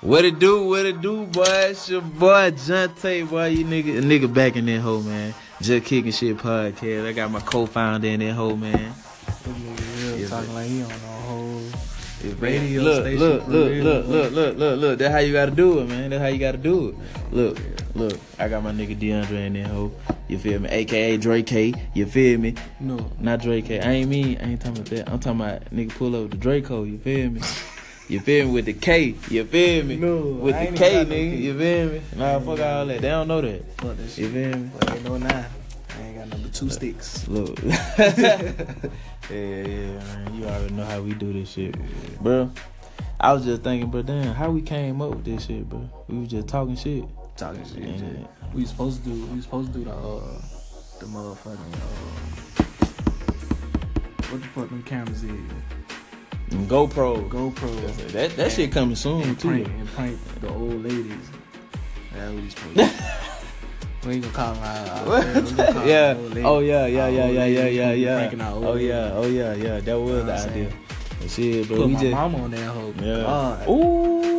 What it do, what it do, boy? It's your boy Jante, boy. You nigga, nigga back in that hole, man. Just kicking shit podcast. I got my co-founder in that hole, man. Nigga, Yeah, real talking but- like he on no whole If- Radio look, station Look, for look, real, look, boy. look, look, look, look. That's how you gotta do it, man. That's how you gotta do it. Look, look. I got my nigga DeAndre in that hole. You feel me? AKA Drake K. You feel me? no. Not Drake K. I ain't mean. I ain't talking about that. I'm talking about nigga pull up the Draco. You feel me? You feel me with the K? You feel me? No, with I the ain't K, even nigga. got no K. You feel me? Nah, fuck all that. They don't know that. Fuck this You shit. feel me? But ain't no nine. I ain't got number two sticks. Look. yeah, yeah, man. You already know how we do this shit, bro. I was just thinking, but damn, how we came up with this shit, bro? We was just talking shit. Talking shit. And, shit. We supposed to do. We supposed to do the uh, the motherfucking uh, what the fuck them cameras is? and GoPro. That's GoPro. it. That that shit coming soon and too. prank and prank the old ladies. That's what we supposed to. do. We ain't gonna call them out. Yeah. Oh yeah, yeah, Our yeah, yeah, old yeah, ladies yeah, gonna be yeah. pranking our old Oh yeah, oh yeah, yeah. That You know was what the I'm idea. saying? And shit, bro. Put we my just mama on that hoe. yeah. God. Ooh.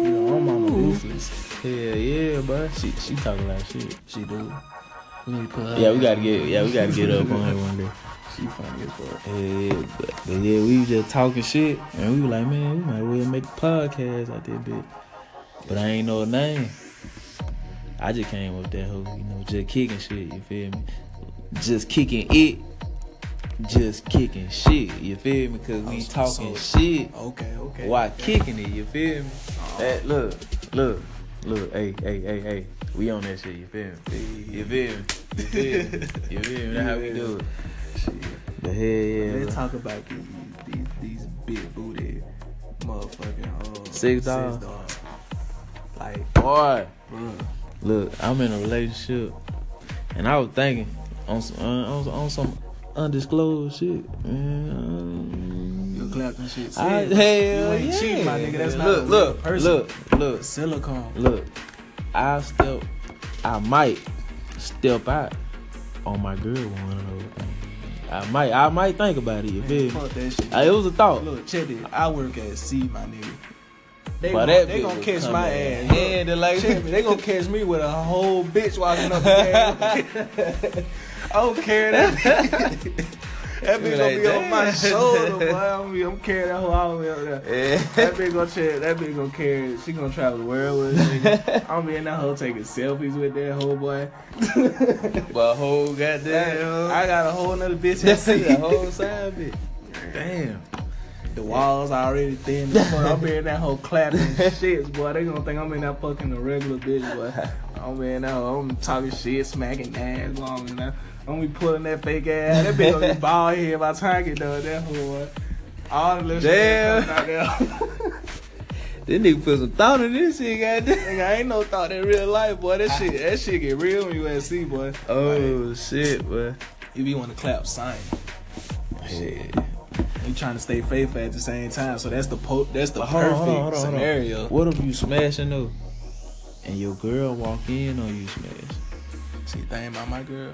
You know, her mama ruthless. Yeah, yeah, bro. She she talking like shit. She do. We need to put her. Yeah, we gotta get yeah, we gotta get up on her one day. She funny as fuck. Yeah, but, but yeah, we was just talking shit, and we were like, man, we might well make a podcast out there, bitch. But I ain't know her name. I just came up with that hoe, you know, just kicking shit. You feel me? Just kicking it, just kicking shit. You feel me? Cause we Oh, so- talking so- shit Okay, okay. while kicking it. You feel me? That look, look, look. Hey, hey, hey, hey. We on that shit. You feel me? You feel me? You feel me? You feel me? That's how we do it. Shit. But hell yeah. bro. Let's talk about these these these big booty motherfucking uh, Six dogs. dogs. Like, Boy, bruh. look, I'm in a relationship, and I was thinking on some, uh, on, on some undisclosed shit. Man, You um, clap and shit. I, Said, hell you ain't yeah. cheating, my nigga. That's not look, a real look, person. look, look, Silicone. look. I step, I might step out on my girl with one of those things. I might, I might think about it. You Man, feel me? fuck that shit. Uh, It was a thought. Look, check it. I work at C, my nigga. They But gonna, that they bitch gonna was catch coming my in ass. Look, handy like- check me. They gonna catch me with a whole bitch walking up. the alley. I don't care that. bitch. that You bitch gonna like, be on my "Damn." shoulder, boy. I'm, be- I'm carrying that hoe all the way up there. That bitch gonna carry. That bitch gonna carry. it. She gonna travel the world with it. nigga. I'm gonna be in that hoe taking selfies with that hoe, boy. but whole goddamn, I got a whole nother bitch. at that's sea. the whole side bitch. Damn. The walls already thin. as fuck. I'm in that whole clapping and shits, boy. They gonna think I'm in that fucking a regular bitch, boy. I'm in that. hoe. I'm talking shit, smacking ass, long enough. I'm be pulling that fake ass. That bitch gonna be bald head by the time I get done with that whole boy. All the little shit Damn. coming out there. This nigga put some thought in this shit, goddamn. Nigga, I ain't no thought in real life, boy. That shit, that shit get real when you at sea, boy. Oh shit, boy. You be want to clap, sign. Shit. You trying to stay faithful at the same time, so that's the po- that's the But hold on, perfect hold on, hold on, hold on. scenario. What if you smashing though, and your girl walk in on you smash? She thinking about my girl.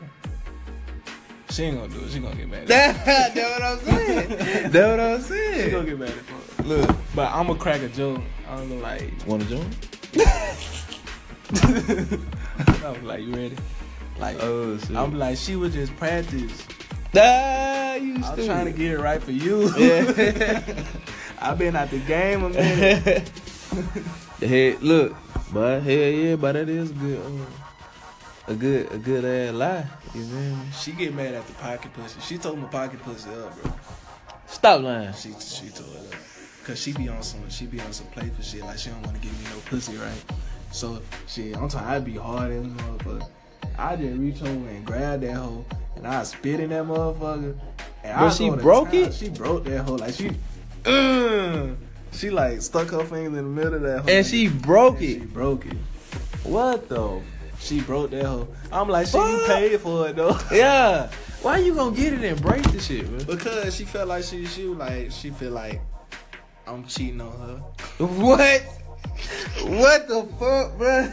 She ain't gonna do it. She gonna get mad. At That, that's what I'm saying. That's what I'm me. She gonna saying. get mad at me. Look, But I'm going to crack a joke. I'm gonna like, wanna join? I'm like, you ready? Like, Oh shit. I'm like, she was just practice. ah, you I'm stupid. trying to get it right for you. Yeah. I've been at the game a minute. hey, look, but hell yeah, but that is a good, uh, a good, a good ass lie. You feel me? She get mad at the pocket pussy. She told my pocket pussy up, bro. Stop lying. She she tore it up. Cause she be on some she be on some playful shit. Like she don't wanna give me no pussy, right? So shit, I'm talking I be hard as a motherfucker. I just reach over and grab that hoe and I spit in that motherfucker. And But I she go to broke town. it? She broke that hoe. Like she "Ugh." she like stuck her fingers in the middle of that hoe. And she broke And She it. broke it. What though? She broke that hoe. I'm like, she you Fuck. paid for it though. Yeah. Why you gonna get it and break the shit, man? Because she felt like she she was like she feel like I'm cheating on her. What? What the fuck, bro?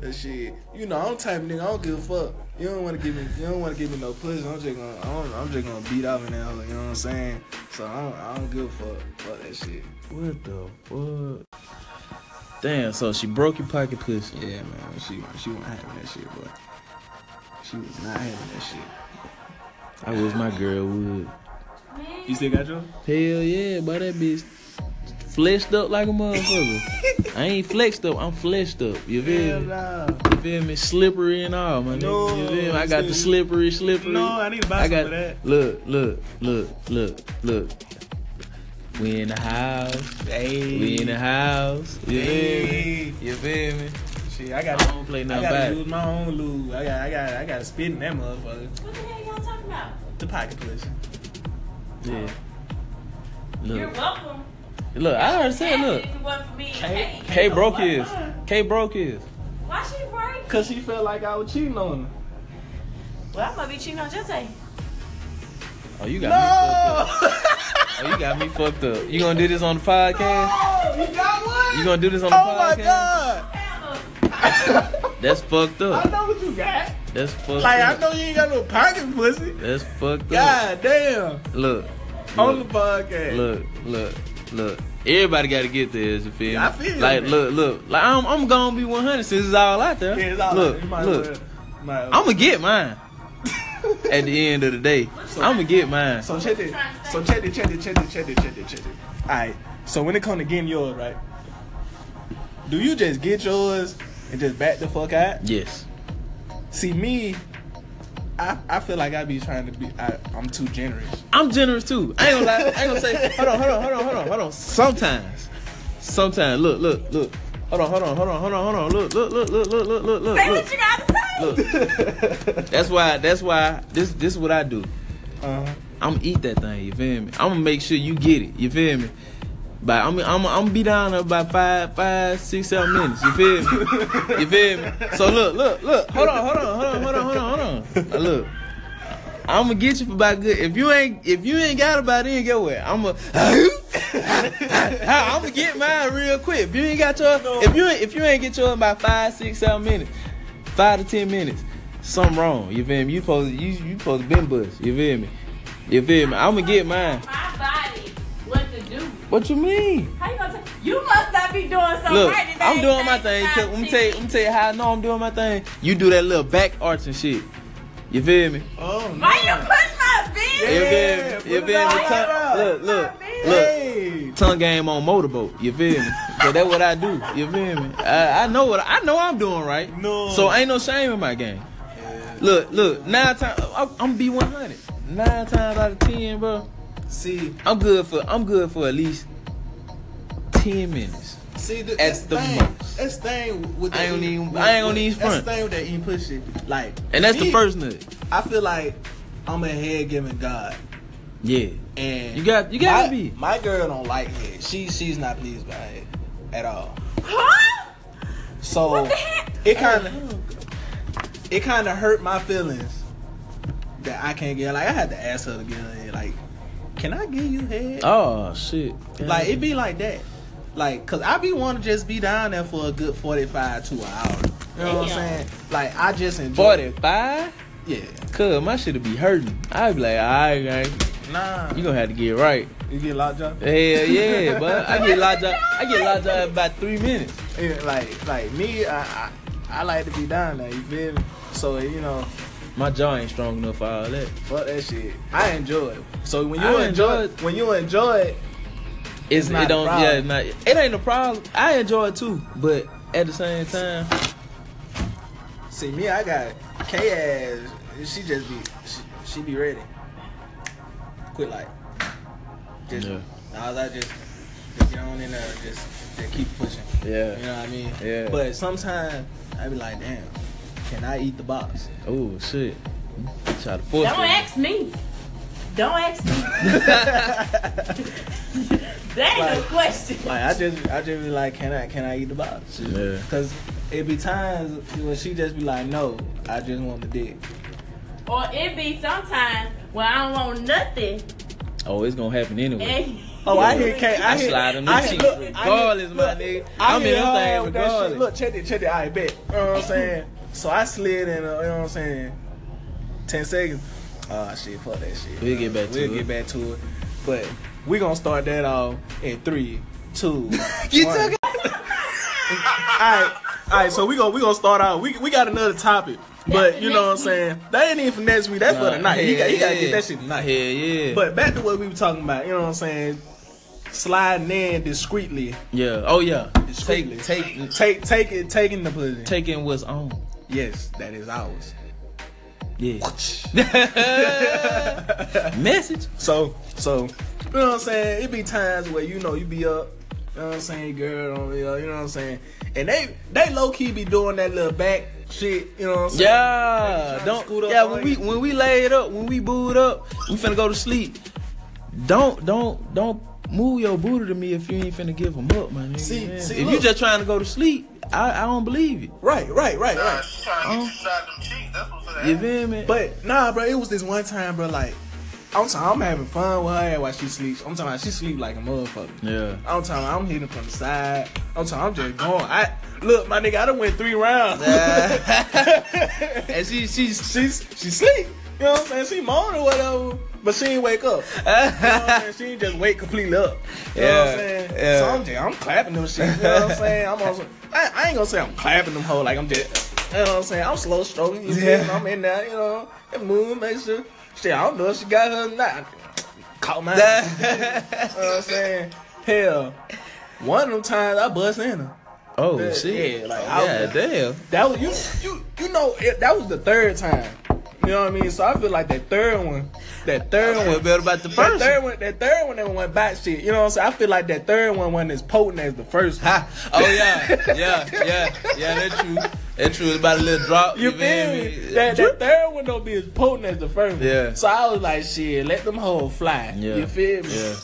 That shit, you know, I'm the type of nigga. I don't give a fuck. You don't want to give me, you don't want to give me no pussy. I'm just gonna, I'm, I'm just gonna beat off in that hole. You know what I'm saying? So I don't, I don't give a fuck. Fuck that shit. What the fuck? Damn, so she broke your pocket pussy. Yeah, man. She she wasn't having that shit, but she was not having that shit. I wish my girl would. You still got yours? Hell yeah, boy, that bitch fleshed up like a motherfucker. I ain't flexed up, I'm fleshed up. You feel Hell me? nah. You feel me? Slippery and all, my nigga. No, you feel me? I you got the see- slippery, slippery. No, I need to I buy some got of that. look, look, look, look, look. We in the house. Hey. We in the house. You feel me? Hey. You feel me? Shit, I I got don't play I nothing gotta back. use my own lube. I got I got I gotta spit in that motherfucker. What the hell y'all talking about? The pocket pussy. Yeah. You're Look, welcome. look, I already said look. If it wasn't for me, Hey, Kate, K broke what? his. K broke his. Why she break? Cause she felt like I was cheating on her. Well, I might be cheating on Jose. Oh, you got me fucked up. Oh, you got me fucked up. You gonna do this on the podcast? Oh, you got one? You gonna do this on the Oh podcast? my god! Hell That's fucked I up. know what you got. That's fucked Like I up. know you ain't got no pocket pussy. That's fucked up. God damn. Look, On the look, podcast. look, look, look. Everybody got to get there. You feel me? I feel you, Like, man. look, look. Like I'm, I'm gonna be 100 since it's all out there. Yeah, it's all look, you might look. as well- might as well. I'm gonna get mine. At the end of the day, I'm gonna get mine. So check it. So check it, check it, check it, check it, check it, check it. Alright. So when it come to getting yours, right? Do you just get yours and just back the fuck out? Yes. See me, I, I feel like I be trying to be I, I'm too generous. I'm generous too. I ain't gonna lie. I ain't gonna say. Hold on, hold on, hold on, hold on, hold on. Sometimes, sometimes. Look, look, look. Hold on, hold on, hold on, hold on, hold on. Look, look, look, look, look, look, look, no. Say look, what you gotta say. look. Look. That's why. That's why. This. This is what I do. Uh, I'm gonna eat that thing. You feel me? I'm gonna make sure you get it. You feel me? But I'm I'm I'm gonna be down there by five five six seven minutes. You feel me? You feel me? So look look look. Hold on hold on hold on hold on hold on hold on. Now look. I'm gonna get you for about good. If you ain't if you ain't got it by then, get what? I'm gonna I'm gonna get mine real quick. If you ain't got your if you ain't, if you ain't get yours by five six seven minutes, five to ten minutes, something wrong. You feel me? You supposed you you supposed to been bust. You feel me? You feel me? I'm gonna get mine. My body, what to do? What you mean? How you gonna say? You must not be doing something Look, right. if I'm ain't doing my thing. thanks, 'cause God, Let me see. tell you, let me tell you how I know I'm doing my thing. You do that little back arch and shit. You feel me? oh Why you putting my You business? feel Yeah, me? You put it feel me? out. Tongue, look, look, look. Hey. Tongue game on motorboat. You feel me? So that's what I do. You feel me? I, I know what I know. I'm doing right. No. So ain't no shame in my game. Look, look. Nine times I'm, I'm be 100. Nine times out of ten, bro. See, I'm good for I'm good for at least ten minutes. see, the, At that's the thing, most. That's thing with I that ain't eating- even- with- I ain't gonna with- even That's front. the thing with that eating pussy. Like, And that's the me, first nut. I feel like I'm a head giving God, Yeah. and You got- you gotta my, be. My girl don't like head. She she's not pleased by it at all. Huh? So What the heck? it kind of it kind of hurt my feelings that I can't get. Like I had to ask her to get her head. Like, can I give you head? Oh shit. Like it be like that. Like, cause I be want to just be down there for a good forty-five to an hour. You know what I'm Damn. saying? Like I just enjoy. forty five. Yeah. Cause my shit be hurting. I be like, alright, guys, Nah. you gonna have to get right. You get locked up. Hell yeah, but I get locked up. I get locked up in about three minutes. Yeah, Like, like me, I, I, I like to be down there. You feel me? So you know, My jaw ain't strong enough for all that. fuck that shit. I enjoy it. So when you I enjoy, enjoy it, it. when you enjoy it, It's, not it a don't. problem. Yeah, it's not. It ain't a problem. I enjoy it too, but at the same time, See me, I got K ass. She just be, she, she be ready. Quit like. Just, Yeah. I was like just, just get on in there, and just, just keep pushing. Yeah. You know what I mean? Yeah. But sometimes I be like, damn, can I eat the box? oh shit, try to force Don't it. ask me. Don't ask me. like That ain't no Right. question. I just, I just be like, can I, can I eat the box? Yeah. Cause it be times when she just be like, no, I just want the dick. Or it be sometimes when I don't want nothing. Oh, it's gonna happen anyway. And Oh, I hear K. I, I hear, slide them I cheeks hear- look, I hear- regardless, my look, nigga. I I'm in hit them her things with that shit. regardless. Look, check it, check it. I bet. You know what I'm saying? So I slid in. Uh, you know what I'm saying? Ten seconds. Oh shit! Fuck that shit. We'll get back to we'll it. get back to it. But we gonna start that off in three, two. You one. took Alright, alright, so we gonna we gonna start out. We we got another topic. But you know what I'm saying? That ain't even for next week, that's for tonight. You got you gotta get that shit Hell tonight. yeah. But back to what we were talking about, you know what I'm saying? Sliding in discreetly. yeah. Oh yeah. Discreetly. Take take Take take it taking the pussy. taking what's on. yes, that is ours. Yeah. Message. So, so, you know what I'm saying? It be times where you know you be up, you know what I'm saying, girl, on the, uh, you know what I'm saying, and they they low key be doing that little back shit, you know what I'm saying? Yeah, Tryna scoot don't. up Yeah, on when we you. when we lay it up, when we booed up, we finna go to sleep. Don't don't don't move your booty to me if you ain't finna give them up, my nigga. See- man. see, if you look. just trying to go to sleep, I, I don't believe it. Right, right, right, Nah, right. she trying to Oh. get inside them cheeks. That's what's gonna You happen. feel me? But nah, bro, it was this one time, bro. Like, I'm talking, I'm having fun with her while she sleeps. I'm talking, about she sleep like a motherfucker. yeah, I'm talking, about I'm hitting from the side. I'm talking, I'm just going. I look, my nigga, I done went three rounds. and she she's she's she sleep. You know what I'm saying? She moan or whatever, but she ain't wake up. You know what I'm saying? She ain't just wake completely up. You know Yeah, what I'm saying? yeah. So I'm just I'm clapping them shit. You know what I'm saying? I'm also I, I ain't gonna say I'm clapping them whole like I'm just you know what I'm saying? I'm slow stroking. You Yeah. yeah. I'm in there. You know, and move, make sure. Shit, I don't know if she got her or not. Caught my. You know what I'm saying? Hell, one of them times I bust in her. oh Yeah, shit, yeah, like, I yeah, was- damn. That was you you you know it, that was the third time. You know what I mean? So I feel like that third one, that third I feel one, better about the that first. third one, that third one that went back shit. You know what I'm saying? I feel like that third one wasn't as potent as the first. One. Ha. Oh yeah, yeah, yeah, yeah. That's true. That's true. It's about a little drop. You feel me? That, that third one don't be as potent as the first one. Yeah. So I was like, shit, let them hoes fly. Yeah. You feel me? Yeah.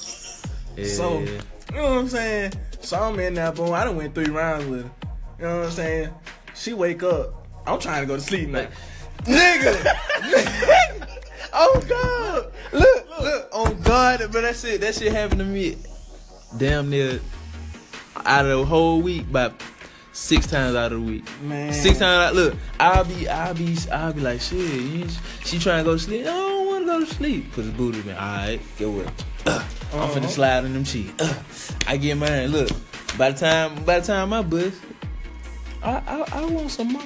yeah. So you know what I'm saying? So I'm in that boom. I done went three rounds with her. You know what I'm saying? She wake up. I'm trying to go to sleep now. nigga. oh God! Look, look, oh God, bro, that shit, that shit happened to me. Damn near out of the whole week, about six times out of the week. Man. Six times. Out, look, I'll be, I'll be, I'll be like, shit. You, ain't- she trying to go to sleep. I don't want to go to sleep. Cause the booty been all right. Get what? Uh, I'm Uh-huh. finna slide in them cheeks. Uh, I get mine. Look, by the time, by the time I bust, I, I, I want some more.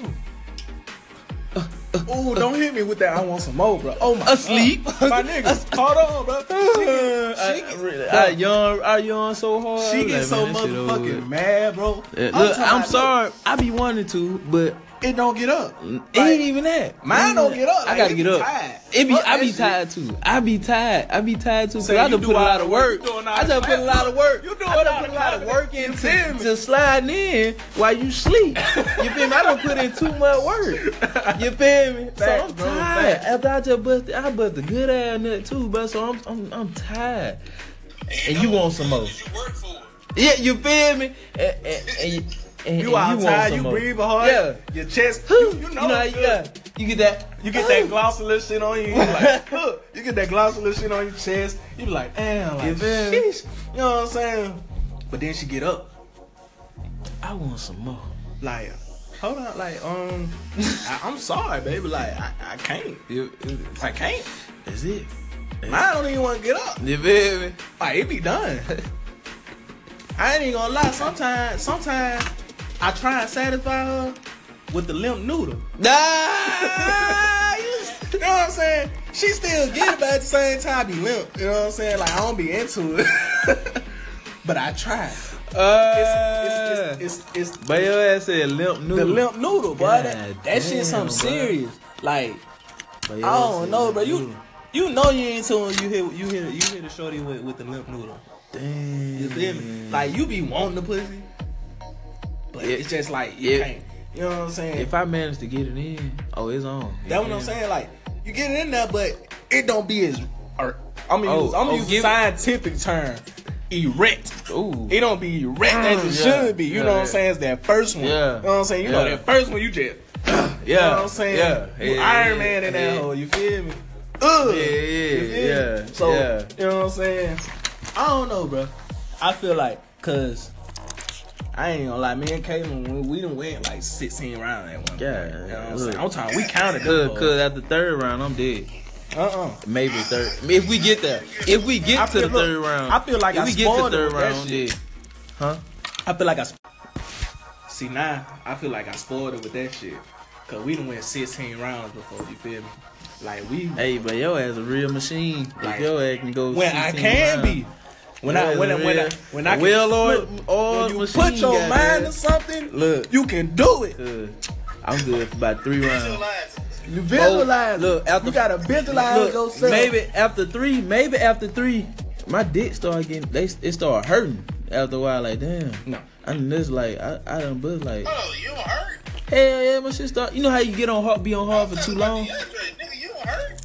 Uh, Ooh, don't hit me with that. I want some more, bro. Oh my Asleep. God. My nigga, hold on, bro. She get, she I, get, really, I yawn, I yawn so hard. I she was get like, so man, that shit over with. motherfucking mad, bro. Yeah, I'm look, talking I'm, about, sorry. I be wanting to, but look, It don't get up. it Like, ain't even that. mine don't get up. I Like, gotta it get be up. tired. It be, Fuck I that be shit. tired too. I be tired. I be tired too. Cause Say I you done do put a all lot the of work. work. You doing all I done the- put a lot of work. You doing I done all put a the lot of work work. in You feel to, me? to sliding in while you sleep. You feel me? I done put in too much work. You feel me? So Facts, I'm bro, tired. facts. After I just busted, I busted good ass nut too, but so I'm, I'm I'm tired. And you know want some more. because You work for it. Yeah, you feel Eh, me? And, and, and, you- and- You and all want tired. some You more. breathe hard. Yeah. Your chest. You, You, you know. how it's you, good. yeah, you get that. You get that glossy little shit on you. You like, look, you get that glossy little shit on your chest. You be like, damn, like, You feel me? sheesh. You know what I'm saying? But then she get up. I want some more. Like, hold on, like, um, I, I'm sorry, baby. Like, I, I can't. You, I can't. that's it. I don't even want to get up. You feel me? Like Ah, it be done. I ain't even gonna lie. Sometimes, sometimes I try and satisfy her with the limp noodle. Ah, Nah. You know what I'm saying? She still get it, but at the same time, I be limp. You know what I'm saying? Like I don't be into it, but I try. uh, It's, it's, it's, it's, it's but your ass said limp noodle. the limp noodle, boy. God that that damn, shit something boy. serious. Like But your I ass said don't know, limp bro. You noodle. you know you ain't into it. You hear you hear you hear the shorty with, with the limp noodle. Damn. You feel me? Like you be wanting the pussy, but Mm. Yeah. it's just like you Yeah. can't. You know what I'm saying? If I manage to get it in, oh, it's on. You That's what I'm feel me? saying. Like you get it in there, but it don't be as. Or, I'm gonna Oh, use, I'm oh, gonna use a give- scientific term. Erect. Ooh. Mm. It don't be erect as it Yeah, should be. You yeah, know what yeah. I'm saying? It's that first one. Yeah, You know what I'm saying? You know yeah. that first one you just. yeah. You know what I'm saying? Yeah. You yeah, Iron yeah, Man in that yeah. hole. You feel me? Ugh. Yeah, You feel yeah, me? yeah. So yeah. you know what I'm saying? I don't know, bro. I feel like cause I ain't gonna lie, me and Caitlin, we, we done went like 16 rounds at one Yeah, point. You know what I'm look. saying? I'm talking, we counted them. Cause, cause at the third round, I'm dead. uh uh Maybe third. If we get there, if we I get to the feel- look, third round, I feel like if I we get to spoiled the it third with that round, yeah. shit. I feel like I. s- See now, I feel like I spoiled it with that shit. Cause we done went 16 rounds before. You feel me? Like we. Hey, but yo ass a real machine. Like, Like, yo ass can go. when I 16 can rounds. be. When Yo I ass when a I when I real- when I a can, well look, oiled, oiled when you machine. put your goddamn. mind to something, Look. you can do it. Uh, I'm good for about three rounds. Visualize it. You visualize. Look, it. after- you gotta visualize Look, yourself. maybe after three, maybe after three, my dick started getting they it started hurting after a while. Like damn, No. I done this like I I done buzz like Oh, you don't hurt. hell yeah, my shit start. You know how you get on hard, be on hard for Talking too about long, the yesterday, Nigga, you don't hurt.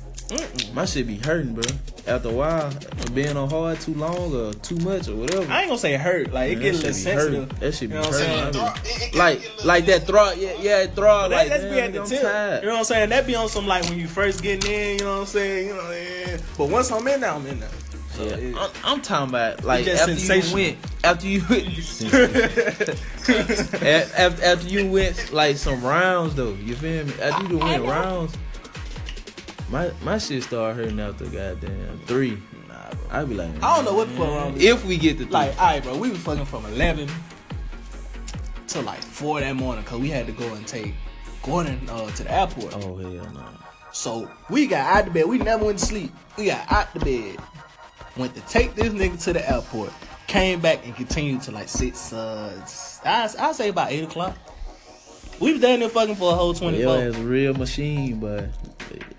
my shit be hurting, bro. After a while, from being on hard too long or too much or whatever. I ain't gonna say hurt. Like it Man, get a that little shit be hurting. sensitive. That shit be You know what I'm hurting. saying? I be- Throb- it- it can get a Like little- like that throb, yeah yeah it throb. That, Like that's be damn, at the nigga, I'm tip. tired. You know what I'm saying? That be on some like when you first getting in. You know what I'm saying? You know. Yeah. But once I'm in, now I'm in there. So Yeah, it- I'm, I'm talking about like just after you sensational. went after you after, after you went like some rounds though. You feel me? After you done went rounds, my my shit started hurting after goddamn three. Nah, bro. I'd be like, I don't know what the fuck wrong. with if we get the three, Like, all right, bro, we was fucking from 11 to like 4 that morning because we had to go and take Gordon uh, to the airport. oh hell no, So we got out the bed. We never went to sleep. We got out the bed, went to take this nigga to the airport, came back and continued to like 6, uh, I, I say about 8 o'clock. We was down there fucking for a whole 24. yo as a real machine, but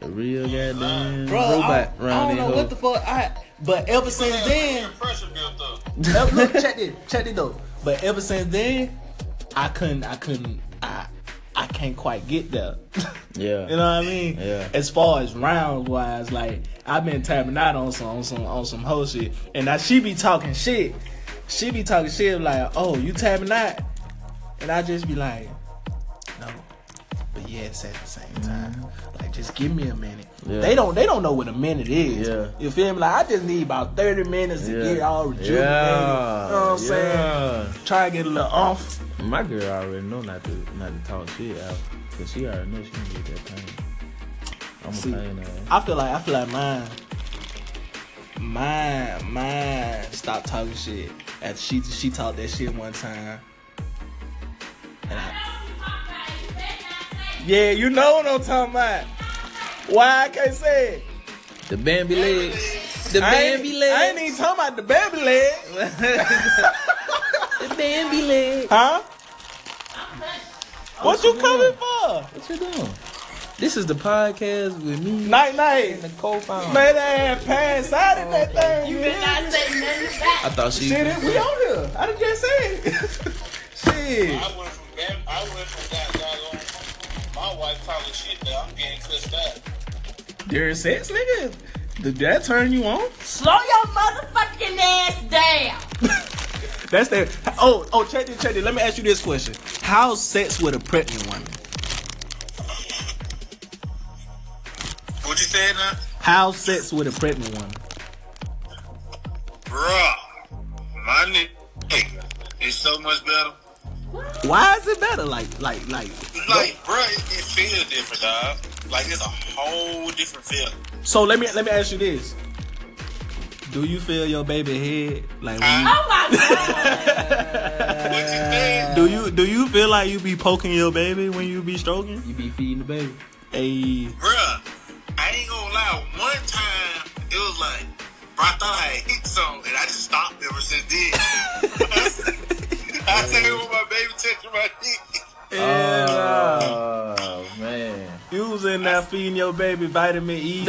a real goddamn Bro, robot I, I round don't that know hoe. what the fuck. I but ever since Yeah, then, Pressure built up. Ever- look, check this, check this though. But ever since then, I couldn't, I couldn't, I, I can't quite get there. yeah, you know what I mean? Yeah. As far as round wise, like I've been tapping out on some, on some, on some whole shit, and now she be talking shit. She be talking shit like, "Oh, you tapping out," and I just be like, "No." But yes, at the same time, like just give me a minute. Mm-hmm. Yeah. They don't, they don't know what a minute is. Yeah. You feel me? Like I just need about thirty minutes to get all rejuvenated. yeah, You know what I'm saying? yeah. Try to get a little off. My girl already know not to not to talk shit out, cause she already know she can get that pain. I'm See. a pain ass. I feel like I feel like mine, mine, mine stopped talking shit after she she talked that shit one time. And I, yeah, you know what I'm talking about. Why I can't say it? The Bambi leg, the I ain't, Bambi I ain't leg, even talking about the baby leg, the Bambi leg. huh? What you coming for? What you doing? This is the podcast with me Night night. and the co-founder. Made that ass pass out in that thing. You You better hear me? not say nothing back. I thought she. Shit, it- we on here. I done just said it. Shit. I went from that. I went from that. that on. My wife talking shit that I'm getting cussed out. During sex, nigga. Did that turn you on? Slow your motherfucking ass down. That's that. Oh, oh, check this, check this. Let me ask you this question: How's sex with a pregnant woman? What you said now? How's sex with a pregnant woman? Bruh. My nigga. It's so much better. Why is it better? Like, like, like. Like, bruh, it, it feels different, dog. Like, it's a whole different feeling. So let me let me ask you this: Do you feel your baby head? Like, when Huh? Oh my god. Uh, what you said? you, do you do you feel like you be poking your baby when you be stroking? You be feeding the baby. Hey, Bruh, I ain't gonna lie. One time, it was like, bro, I thought I had hit something, and I just stopped ever since then. I say with my baby touching my dick. Oh man. uh, you was in there feeding your baby vitamin E, B's,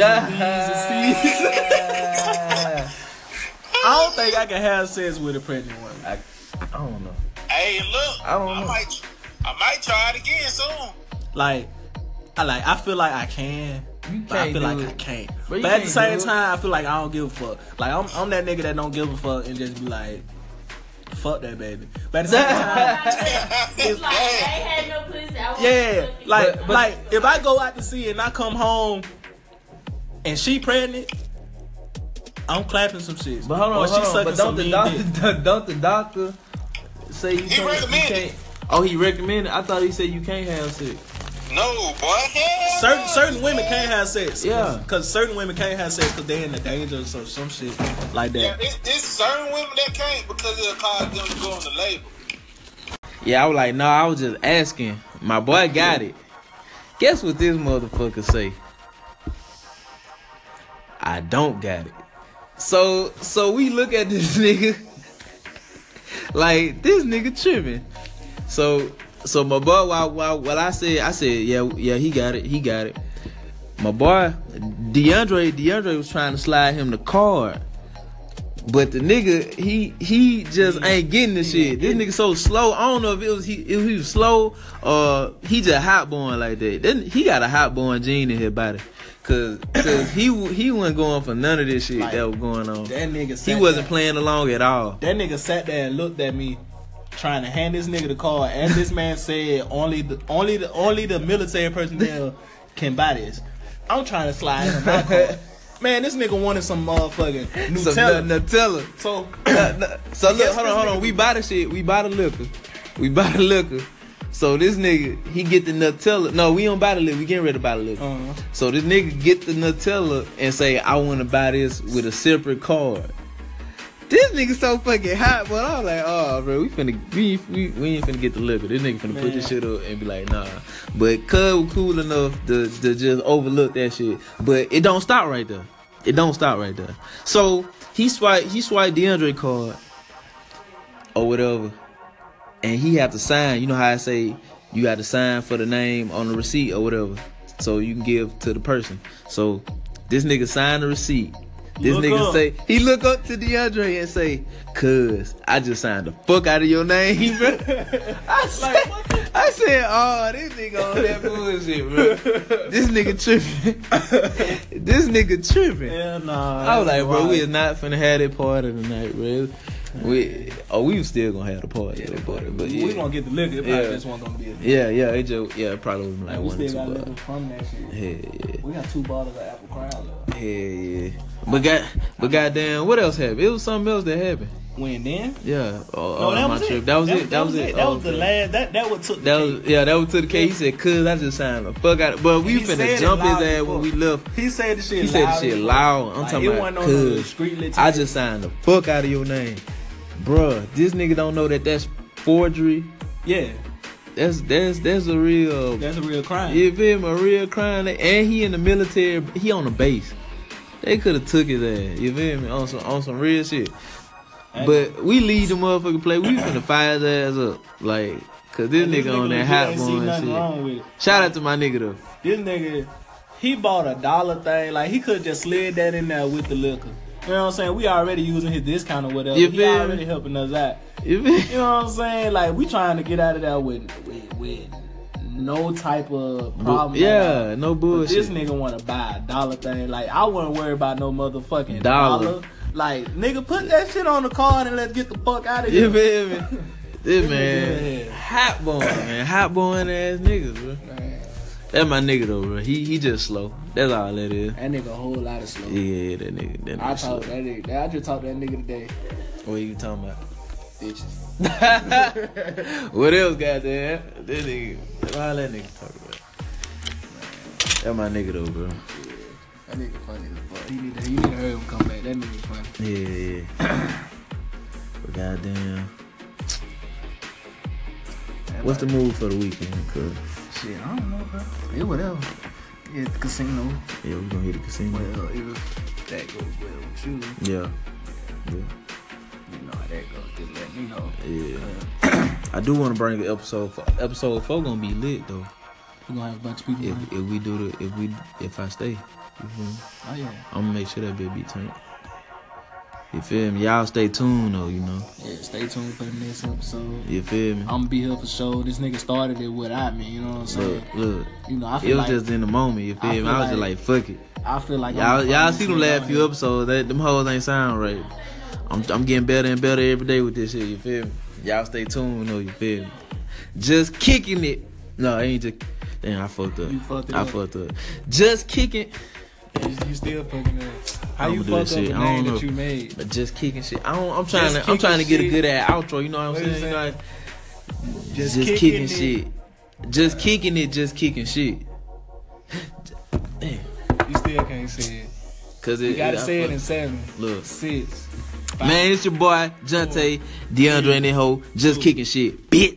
and C's. I I don't think I can have sex with a pregnant woman. I don't know. Hey, look, I don't know. might, I might try it again soon. Like, I like. I feel like I can. You But I can't feel do like it. I can't. But you But, at can't the do same it. time, I feel like I don't give a fuck. Like I'm, I'm that nigga that don't give a fuck and just be like, fuck that baby. But at the same time, It's like they had no pussy. I was yeah, looking. like, But- but- like if I go out to sea and I come home and she pregnant, I'm clapping some shit. But hold on, or hold she on. sucking But some don't the mean dick. doctor don't the doctor say you can't, recommended. You can't, oh, he recommended. I thought he said you can't have sex. No, boy. Hell Certain no. certain women can't have sex. Yeah. Cause certain women can't have sex because they in the danger or some some shit like that. Yeah, it's, it's certain women that can't because it'll cause them to go on the label. Yeah, I was like, no, I was just asking. My boy got it. Guess what this motherfucker say? I don't got it. So so we look at this nigga like this nigga tripping. So so my boy while while what I said, I said, yeah, yeah, he got it, he got it. My boy, DeAndre, DeAndre was trying to slide him the card. But the nigga, he he just ain't getting this shit. This nigga so slow. I don't know if it was he if he was slow or he just hot boying like that. Then he got a hot boying gene in his body, cause cause he wa- he wasn't going for none of this shit Like, that was going on. That nigga He sat wasn't playing along at all. There. That nigga sat there and looked at me, trying to hand this nigga the card. As this man said, only the only the only the military personnel can buy this. I'm trying to slide him my card. Man, this nigga wanted some motherfucking So, Nutella. Nut- Nutella. so so look, Yes, hold on, this hold on. nigga- We buy the shit. We buy the liquor. We buy the liquor. So this nigga, he get the Nutella. No, we don't buy the liquor. We getting ready to buy the liquor. Uh-huh. So this nigga get the Nutella and say, I want to buy this with a separate card. This nigga so fucking hot, but I was like, oh, bro, we finna, we, we, we ain't finna get the liquor. This nigga finna put this shit up and be like, nah. But Cub was cool enough to, to just overlook that shit. But it don't stop right there. It don't stop right there. So he swiped, he swiped DeAndre card or whatever, and he had to sign. You know how I say you got to sign for the name on the receipt or whatever, so you can give to the person. So this nigga signed the receipt. This Look nigga up. say he look up to DeAndre and say, "Cuz I just signed the fuck out of your name, bro." I said, I said, "Oh, this nigga on that bullshit, bro. This nigga tripping. this nigga tripping." yeah, nah. I was like, bro, we is not finna have that party tonight, bro. We oh, we was still gonna have the party, yeah, party, but yeah, We gonna get the liquor. It probably Yeah. just wasn't gonna be. yeah, A, yeah, it just yeah, it probably was like we one or still got two. liquor bars. from that shit. Hell We got two bottles of apple crown yeah, left. hell yeah. But got but goddamn, what else happened? It was something else that happened. When then? Yeah, oh, oh, my trip. That was it. That was it. That Oh, was the okay. last. That that was took. the That cake. was yeah, that was to the case. He said, "Cuz I just signed the fuck out." of-" But we He said finna it jump his ass loud as when we fuck. left. He said the shit. He said loud the shit as fuck. loud. I'm Like, talking it about wasn't on no cuz discreet little I tape. just signed the fuck out of your name, bruh. This nigga don't know that that's forgery. yeah. That's that's that's a real. That's a real crime. You feel me? A real crime. And he in the military. He on the base. They could have took his ass. You feel me? On some on some real shit. But we lead the motherfucking play. We finna fire his ass up, like, cause this And nigga, on that legit hot ain't see boy and nothing shit. wrong with it. Shout out to my nigga though. This nigga, he bought a dollar thing. Like he could just slid that in there with the liquor. You know what I'm saying? We already using his discount or whatever. You he feel me? already helping us out. You feel me? You know what I'm saying? Like we trying to get out of there with with, with no type of problem. at all. Yeah, no But bullshit. this nigga want to buy a dollar thing. Like I wouldn't worry about no motherfucking Dollar. dollar. Like nigga, put that shit on the card and let's get the fuck out of You here. feel me? This nigga man, here. hot boy, man, hot boy ass niggas, bro. Man, That's my nigga though, bro. He he just slow. That's all that is. that nigga a whole lot of slow. Yeah, that nigga. That I nigga slow. talked that nigga. I just talked to that nigga today. What you talking about? Bitches. what else, goddamn? That nigga. Why that nigga talk about? That my nigga though, bro. That nigga funny as fuck. He need to, you need to hear him come back. That nigga funny. Yeah, yeah. but goddamn, what's the move for the weekend? Cause shit? I don't know, bro. It whatever. It's casino. yeah, we gonna hit the casino. Well, if that goes well with you, you Yeah, yeah. know how that goes. Just let me know. Yeah. I do want to bring the episode. Four. Episode four gonna be lit though. We gonna have a bunch of people. If on it. if we do the if we if I stay, you feel me? Oh yeah. I'm gonna make sure that bitch be turned. You feel me? Y'all stay tuned though. You know. Yeah. Stay tuned for the next episode. You feel me? I'm gonna be here for sure. This nigga started it without me. You know what I'm saying? Look, look. You know, I It was feel like just in the moment. You feel I me? feel I was like- just like, fuck it. I feel like Y'all, I'm y'all see them I'm last on few here. episodes. That them hoes ain't sound right. I'm I'm getting better and better every day with this shit. You feel me? Y'all stay tuned though. You feel me? Just kicking it. No, I ain't just. Damn, I fucked up. You fucked it I up. fucked up. Just kicking. You, you still fucking up. How I'ma you do fuck that up shit. the I don't name know. that you made? But just kicking shit. I don't, I'm trying Just to. I'm kicking trying to get a shit. good ass outro. You know what I'm What saying? you You know, saying? I- just, kicking, shit. Just kicking it. Just kicking shit. Damn. You still can't say it. Cause it, You gotta it- I say it fuck- in seven, Look. six. Man, it's your boy, Jante, DeAndre and that hoe, just kicking shit. Bitch.